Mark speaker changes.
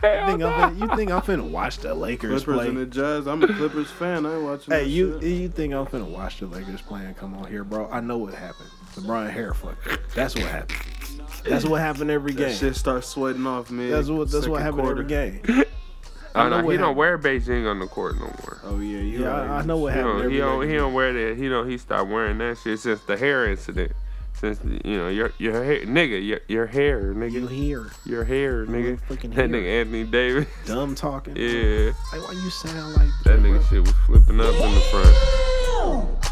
Speaker 1: You think, I'm finna, you think I'm finna watch the Lakers
Speaker 2: Clippers and the
Speaker 1: play?
Speaker 2: Jazz. I'm a Clippers fan. I ain't watching.
Speaker 1: Hey,
Speaker 2: that
Speaker 1: you
Speaker 2: shit.
Speaker 1: you think I'm finna watch the Lakers play and come on here, bro? I know what happened. LeBron hair fuck. That's what happened. That's what happened every
Speaker 2: That
Speaker 1: game.
Speaker 2: shit starts sweating off me.
Speaker 1: That's what that's what happened every game.
Speaker 3: I
Speaker 1: know
Speaker 3: know
Speaker 1: what
Speaker 3: he don't
Speaker 1: happened.
Speaker 3: wear Beijing on the court no more.
Speaker 2: Oh yeah, you
Speaker 1: Yeah,
Speaker 2: right.
Speaker 1: I, I know what
Speaker 3: He
Speaker 1: happened.
Speaker 3: don't,
Speaker 1: every
Speaker 3: he don't,
Speaker 1: game.
Speaker 3: he don't wear that. He don't. He stopped wearing that shit since the hair incident. Since you know your your hair, nigga, your your hair,
Speaker 1: You
Speaker 3: nigga,
Speaker 1: hear
Speaker 3: your hair, nigga.
Speaker 1: freaking
Speaker 3: That
Speaker 1: hair.
Speaker 3: nigga Anthony Davis.
Speaker 1: dumb talking.
Speaker 3: Yeah,
Speaker 1: Like why you sound like
Speaker 3: that nigga shit was flipping up in the front.